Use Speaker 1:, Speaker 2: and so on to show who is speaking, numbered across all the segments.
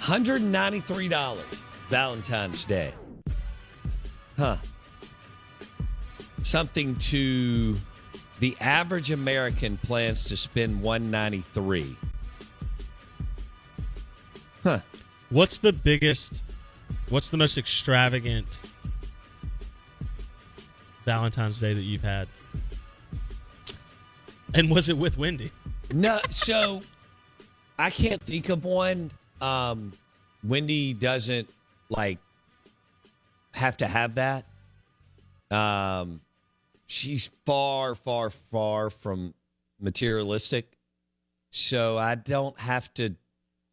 Speaker 1: $193 Valentine's Day. Huh. Something to the average American plans to spend 193. Huh.
Speaker 2: What's the biggest? What's the most extravagant Valentine's Day that you've had? And was it with Wendy?
Speaker 1: No, so I can't think of one. Um, Wendy doesn't like have to have that. Um, she's far, far, far from materialistic, so I don't have to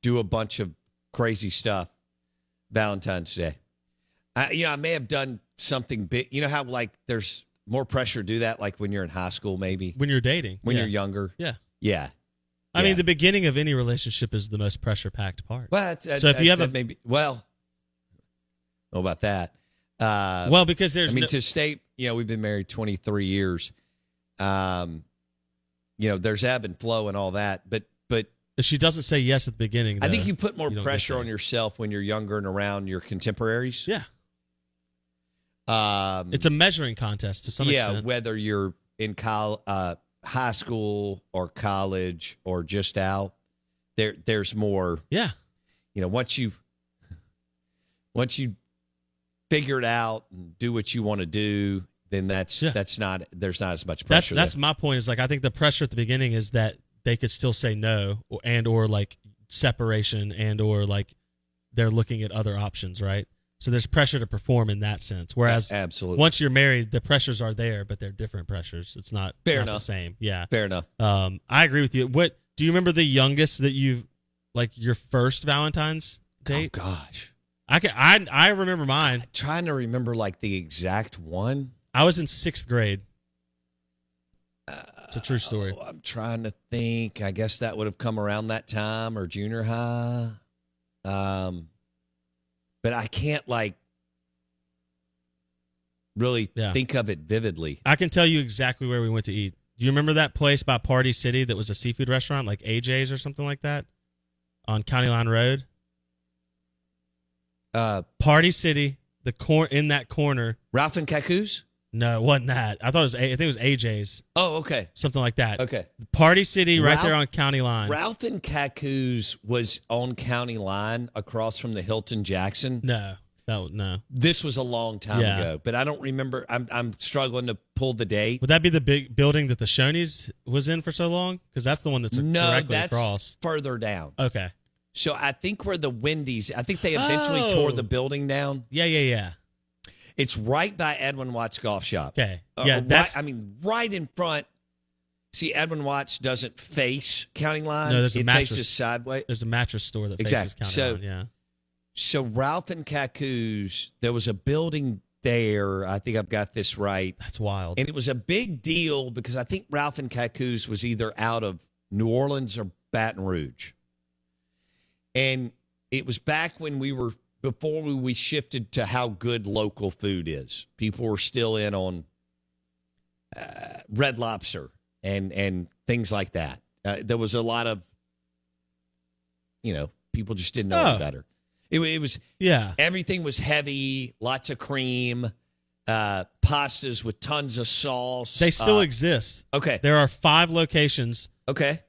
Speaker 1: do a bunch of crazy stuff Valentine's Day. I, you know, I may have done something big. You know how like there's more pressure to do that, like when you're in high school, maybe
Speaker 2: When you're dating?
Speaker 1: when
Speaker 2: Yeah.
Speaker 1: you're younger.
Speaker 2: Yeah.
Speaker 1: Yeah.
Speaker 2: I
Speaker 1: Yeah.
Speaker 2: mean, the beginning of any relationship is the most pressure packed part.
Speaker 1: Well, that's, uh,
Speaker 2: So if you have a-
Speaker 1: maybe well, know about that. Uh,
Speaker 2: well, because there's
Speaker 1: I mean,
Speaker 2: no,
Speaker 1: to state, you know, we've been married 23 years. Um, you know, there's ebb and flow and all that, but but
Speaker 2: if she doesn't say yes at the beginning.
Speaker 1: I
Speaker 2: though,
Speaker 1: think you put more
Speaker 2: don't get
Speaker 1: pressure
Speaker 2: that.
Speaker 1: on yourself when you're younger and around your contemporaries.
Speaker 2: Yeah,
Speaker 1: Um,
Speaker 2: it's a measuring contest to some
Speaker 1: yeah,
Speaker 2: extent.
Speaker 1: whether you're in col- uh, high school or college or just out, there there's more.
Speaker 2: yeah,
Speaker 1: You know, once you once you figure it out and do what you want to do, then that's
Speaker 2: Yeah.
Speaker 1: that's not there's not as much
Speaker 2: that's
Speaker 1: pressure.
Speaker 2: that's
Speaker 1: there.
Speaker 2: my point. Is like I think the pressure at the beginning is that they could still say no, or, and or like separation, and or like they're looking at other options, right? So there's pressure to perform in that sense. Whereas
Speaker 1: absolutely
Speaker 2: once you're married, the pressures are there, but they're different pressures. It's not
Speaker 1: Fair
Speaker 2: not
Speaker 1: enough.
Speaker 2: The same, yeah.
Speaker 1: fair enough.
Speaker 2: Um, I agree with you. What do you remember the youngest that you like your first Valentine's date?
Speaker 1: Oh gosh.
Speaker 2: I can I I remember mine.
Speaker 1: Trying to remember like the exact one.
Speaker 2: I was in sixth grade.
Speaker 1: Uh,
Speaker 2: It's a true story.
Speaker 1: oh, I'm trying to think. I guess that would have come around that time or junior high. Um but I can't like really
Speaker 2: Yeah.
Speaker 1: think of it vividly.
Speaker 2: I can tell you exactly where we went to eat. Do you remember that place by Party City that was a seafood restaurant, like AJ's or something like that, on County Line Road?
Speaker 1: Uh
Speaker 2: Party City, the cor- in that corner.
Speaker 1: Ralph and Kakus?
Speaker 2: No, it wasn't that. I thought it was. A- I think it was AJ's,
Speaker 1: Oh, okay.
Speaker 2: something like that.
Speaker 1: Okay.
Speaker 2: Party City, right
Speaker 1: Ralph-
Speaker 2: there on County Line.
Speaker 1: Ralph and Kakus was on county line across from the Hilton Jackson.
Speaker 2: No, that was- no.
Speaker 1: This was a long time
Speaker 2: Yeah.
Speaker 1: ago, but I don't remember. I'm I'm struggling to pull the date.
Speaker 2: Would that be the big building that the Shoney's was in for so long? Because that's the one that's
Speaker 1: No,
Speaker 2: directly
Speaker 1: that's
Speaker 2: across.
Speaker 1: further down.
Speaker 2: Okay.
Speaker 1: So I think where the Wendy's, I think they eventually
Speaker 2: Oh.
Speaker 1: tore the building down.
Speaker 2: Yeah, yeah, yeah.
Speaker 1: It's right by Edwin Watts Golf Shop.
Speaker 2: Okay.
Speaker 1: Uh,
Speaker 2: yeah,
Speaker 1: right-
Speaker 2: that's
Speaker 1: I mean, right in front. See, Edwin Watts doesn't face County Line.
Speaker 2: No, there's a
Speaker 1: it
Speaker 2: mattress.
Speaker 1: faces sideways.
Speaker 2: there's a mattress store that faces
Speaker 1: Exact.
Speaker 2: County
Speaker 1: So-
Speaker 2: Line, Yeah.
Speaker 1: So Ralph and Kakus, there was a building there. I think I've got this right.
Speaker 2: That's wild.
Speaker 1: And it was a big deal because I think Ralph and Cacuz was either out of New Orleans or Baton Rouge. And it was back when we were before we, we shifted to how good local food is. People were still in on uh, Red Lobster and and things like that. Uh, there was a lot of you know, people just didn't know any
Speaker 2: Oh.
Speaker 1: better. It, wa- it was
Speaker 2: yeah.
Speaker 1: everything was heavy, lots of cream, uh, pastas with tons of sauce.
Speaker 2: They still
Speaker 1: Uh,
Speaker 2: exist.
Speaker 1: okay.
Speaker 2: There are five locations
Speaker 1: Okay.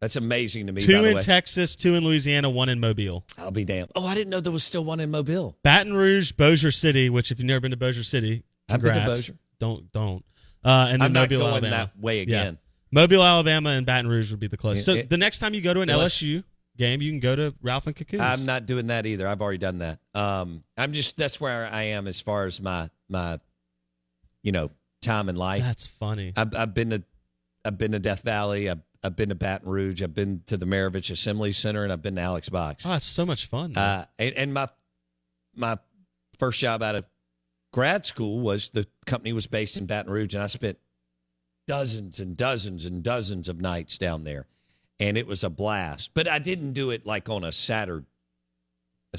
Speaker 1: That's amazing to me. by
Speaker 2: two
Speaker 1: the
Speaker 2: in
Speaker 1: way.
Speaker 2: Texas, two in Louisiana, one in Mobile.
Speaker 1: I'll be damned. Oh, I didn't know there was still one in Mobile.
Speaker 2: Baton Rouge, Bossier City, which if you've never been to Bossier City,
Speaker 1: I've been to
Speaker 2: congrats.
Speaker 1: Bossier.
Speaker 2: Don't don't. Uh, and then
Speaker 1: I'm not
Speaker 2: Mobile,
Speaker 1: going
Speaker 2: Alabama.
Speaker 1: that way
Speaker 2: Yeah.
Speaker 1: again.
Speaker 2: Mobile, Alabama, and Baton Rouge would be the closest. So
Speaker 1: It- it-
Speaker 2: the next time you go to an
Speaker 1: Unless-
Speaker 2: LSU game, you can go to Ralph and Cocoons.
Speaker 1: I'm not doing that either. I've already done that. Um, I'm just that's where I am as far as my my, you know, time in life.
Speaker 2: That's funny.
Speaker 1: I've, I've been to, I've been to Death Valley. I've, I've been to Baton Rouge. I've been to the Maravich Assembly Center, and I've been to Alex Box.
Speaker 2: Oh, it's so much fun. though.
Speaker 1: Uh, and, and my my first job out of grad school was the company was based in Baton Rouge, and I spent dozens and dozens and dozens of nights down there, and it was a blast. But I didn't do it like on a Saturday, a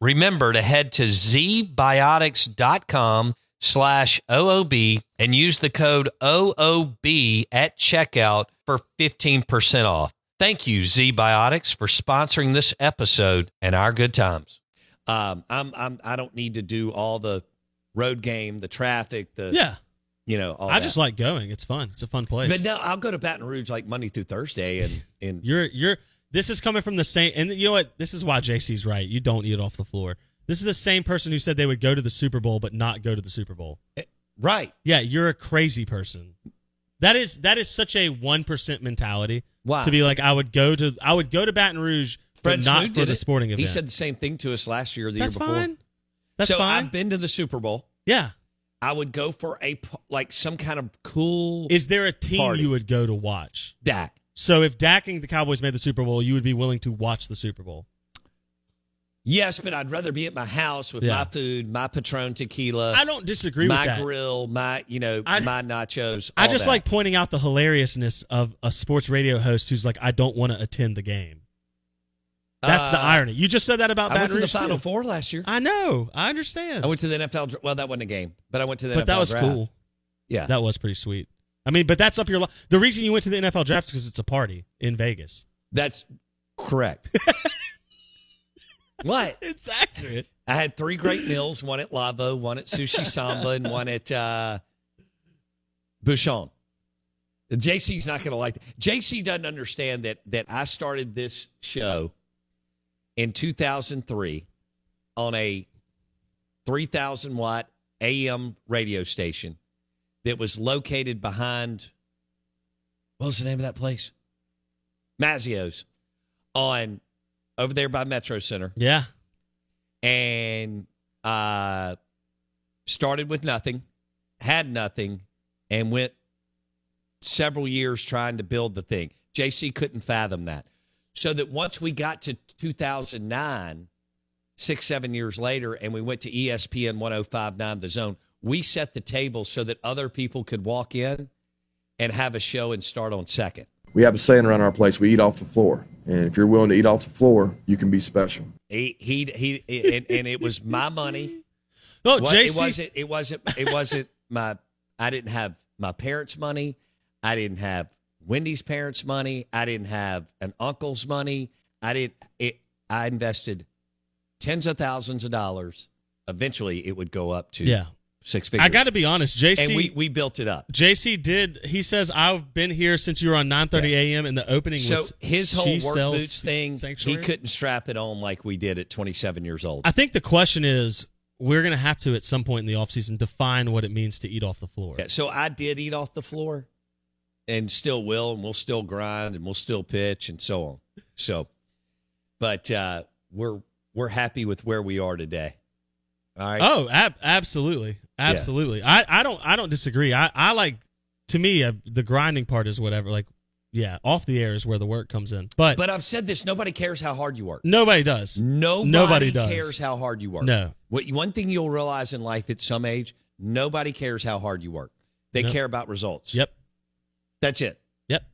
Speaker 1: Remember to head to zbiotics.com slash OOB and use the code OOB at checkout for 15% off. Thank you, ZBiotics, for sponsoring this episode and our good times. Um, I'm, I'm, I don't need to do all the road game, the traffic, the,
Speaker 2: yeah,
Speaker 1: you know, all
Speaker 2: I
Speaker 1: that.
Speaker 2: just like going. It's fun. It's a fun place.
Speaker 1: But no, I'll go to Baton Rouge like Monday through Thursday and, and
Speaker 2: You're you're this is coming from the same and you know what? This is why JC's right. You don't eat it off the floor. This is the same person who said they would go to the Super Bowl but not go to the Super Bowl.
Speaker 1: right.
Speaker 2: Yeah, you're a crazy person. That is that is such a one percent mentality
Speaker 1: Wow.
Speaker 2: to be like I would go to I would go to Baton Rouge but
Speaker 1: Fred
Speaker 2: not
Speaker 1: Smoot
Speaker 2: for
Speaker 1: did
Speaker 2: the
Speaker 1: it.
Speaker 2: sporting event.
Speaker 1: He said the same thing to us last year, or the
Speaker 2: that's
Speaker 1: year before.
Speaker 2: fine. That's
Speaker 1: so
Speaker 2: fine.
Speaker 1: I've been to the Super Bowl.
Speaker 2: yeah.
Speaker 1: I would go for a p- like some kind of cool
Speaker 2: Is there a team
Speaker 1: Party.
Speaker 2: you would go to watch?
Speaker 1: Dak.
Speaker 2: So if Dak and the Cowboys made the Super Bowl, you would be willing to watch the Super Bowl.
Speaker 1: Yes, but I'd rather be at my house with
Speaker 2: Yeah.
Speaker 1: my food, my Patron tequila,
Speaker 2: I don't disagree with
Speaker 1: my
Speaker 2: that.
Speaker 1: grill, my you know
Speaker 2: I-
Speaker 1: my nachos.
Speaker 2: I
Speaker 1: all
Speaker 2: just
Speaker 1: that.
Speaker 2: like pointing out the hilariousness of a sports radio host who's like, I don't want to attend the game. That's the
Speaker 1: Uh,
Speaker 2: irony. You just said that about
Speaker 1: I went to
Speaker 2: Baton
Speaker 1: the
Speaker 2: Rouge, too.
Speaker 1: Final Four last year.
Speaker 2: I know. I understand.
Speaker 1: I went to the NFL. dra- Well, that wasn't a game, but I went to the. NFL
Speaker 2: but that was
Speaker 1: draft.
Speaker 2: cool.
Speaker 1: Yeah,
Speaker 2: That was pretty sweet. I mean, but that's up your. Li- the reason you went to the NFL draft is because it's a party in Vegas.
Speaker 1: that's correct. what?
Speaker 2: It's accurate.
Speaker 1: I had three great meals: one at Lavo, one at Sushi Samba, and one at uh, Bouchon. JC's not going to like that. JC doesn't understand that that I started this show in 2003 on a 3,000 watt AM radio station that was located behind what was the name of that place? Mazio's on over there by Metro Center
Speaker 2: Yeah.
Speaker 1: and uh, started with nothing, had nothing, and went several years trying to build the thing. JC couldn't fathom that. So that once we got to 2009, six, seven years later, and we went to E ESPN 1059 The Zone, we set the table so that other people could walk in and have a show and start on second.
Speaker 3: We have a saying around our place we eat off the floor. And if you're willing to eat off the floor, you can be special.
Speaker 1: He, he, he, and, and it was my money.
Speaker 2: Oh,
Speaker 1: What-
Speaker 2: JC.
Speaker 1: It wasn't. It wasn't. It wasn't my. I didn't have my parents' money. I didn't have Wendy's parents' money. I didn't have an uncle's money. I didn't. It. I invested tens of thousands of dollars. Eventually, it would go up to
Speaker 2: yeah.
Speaker 1: six figures.
Speaker 2: I got to be honest. JC.
Speaker 1: and we we built it up.
Speaker 2: JC did. He says I've been here since you were on 9:30 a.m. and the opening
Speaker 1: So
Speaker 2: was
Speaker 1: his whole
Speaker 2: She
Speaker 1: work
Speaker 2: Sells
Speaker 1: boots thing,
Speaker 2: Sanctuary.
Speaker 1: he couldn't strap it on like we did at 27 years old.
Speaker 2: I think the question is we're going to have to at some point in the offseason define what it means to eat off the floor.
Speaker 1: Yeah, so I did eat off the floor and still will, and we'll still grind and we'll still pitch and so on. So, but uh, we're we're happy with where we are today. All right.
Speaker 2: Oh, ab- absolutely, absolutely. I, I don't I don't disagree. I, I like to me uh, the grinding part is whatever. Like, yeah, off the air is where the work comes in. But,
Speaker 1: But I've said this: nobody cares how hard you work.
Speaker 2: nobody does.
Speaker 1: Nobody,
Speaker 2: Nobody does.
Speaker 1: cares how hard you work.
Speaker 2: No.
Speaker 1: What one thing you'll realize in life at some age, nobody cares how hard you work. They
Speaker 2: No.
Speaker 1: care about results.
Speaker 2: Yep.
Speaker 1: That's it.
Speaker 2: Yep.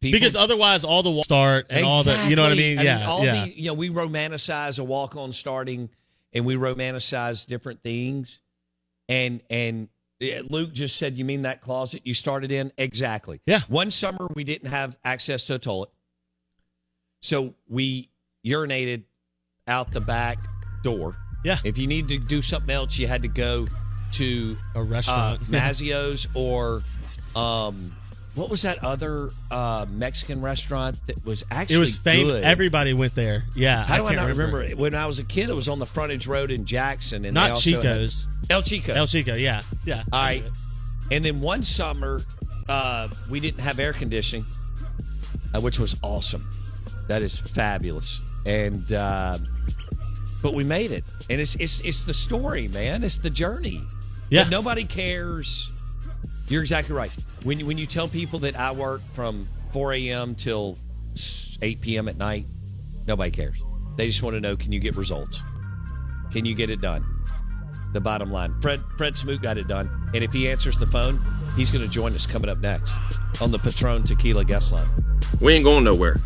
Speaker 1: People-
Speaker 2: because otherwise, all the wa- start and all the you know what I mean.
Speaker 1: Exactly.
Speaker 2: Yeah,
Speaker 1: all
Speaker 2: yeah.
Speaker 1: The, you know, we romanticize a walk on starting, and we romanticize different things. And and yeah, Luke just said, "You mean that closet you started in?" Exactly.
Speaker 2: Yeah.
Speaker 1: One summer we didn't have access to a toilet, so we urinated out the back door.
Speaker 2: Yeah.
Speaker 1: If you need to do something else, you had to go to
Speaker 2: a
Speaker 1: uh,
Speaker 2: restaurant.
Speaker 1: Mazio's or um, what was that other uh, Mexican restaurant that was actually
Speaker 2: it was famous.
Speaker 1: good?
Speaker 2: Everybody went there. Yeah.
Speaker 1: How do I,
Speaker 2: can't
Speaker 1: not remember it? When I was a kid, it was on the frontage road in Jackson, and they
Speaker 2: Not
Speaker 1: also had-
Speaker 2: Chico's.
Speaker 1: El Chico.
Speaker 2: El Chico. Yeah. Yeah.
Speaker 1: All right, and then one summer uh, we didn't have air conditioning, uh, which was awesome. That is fabulous, and uh, but we made it, and it's it's it's the story, man. It's the journey.
Speaker 2: Yeah.
Speaker 1: But nobody cares. You're exactly right. When when you tell people that I work from 4 a.m. till 8 p.m. at night, nobody cares. They just want to know: Can you get results? Can you get it done? The bottom line. Fred Fred Smoot got it done, and if he answers the phone, he's going to join us coming up next on the Patron Tequila guest line.
Speaker 4: We ain't going nowhere.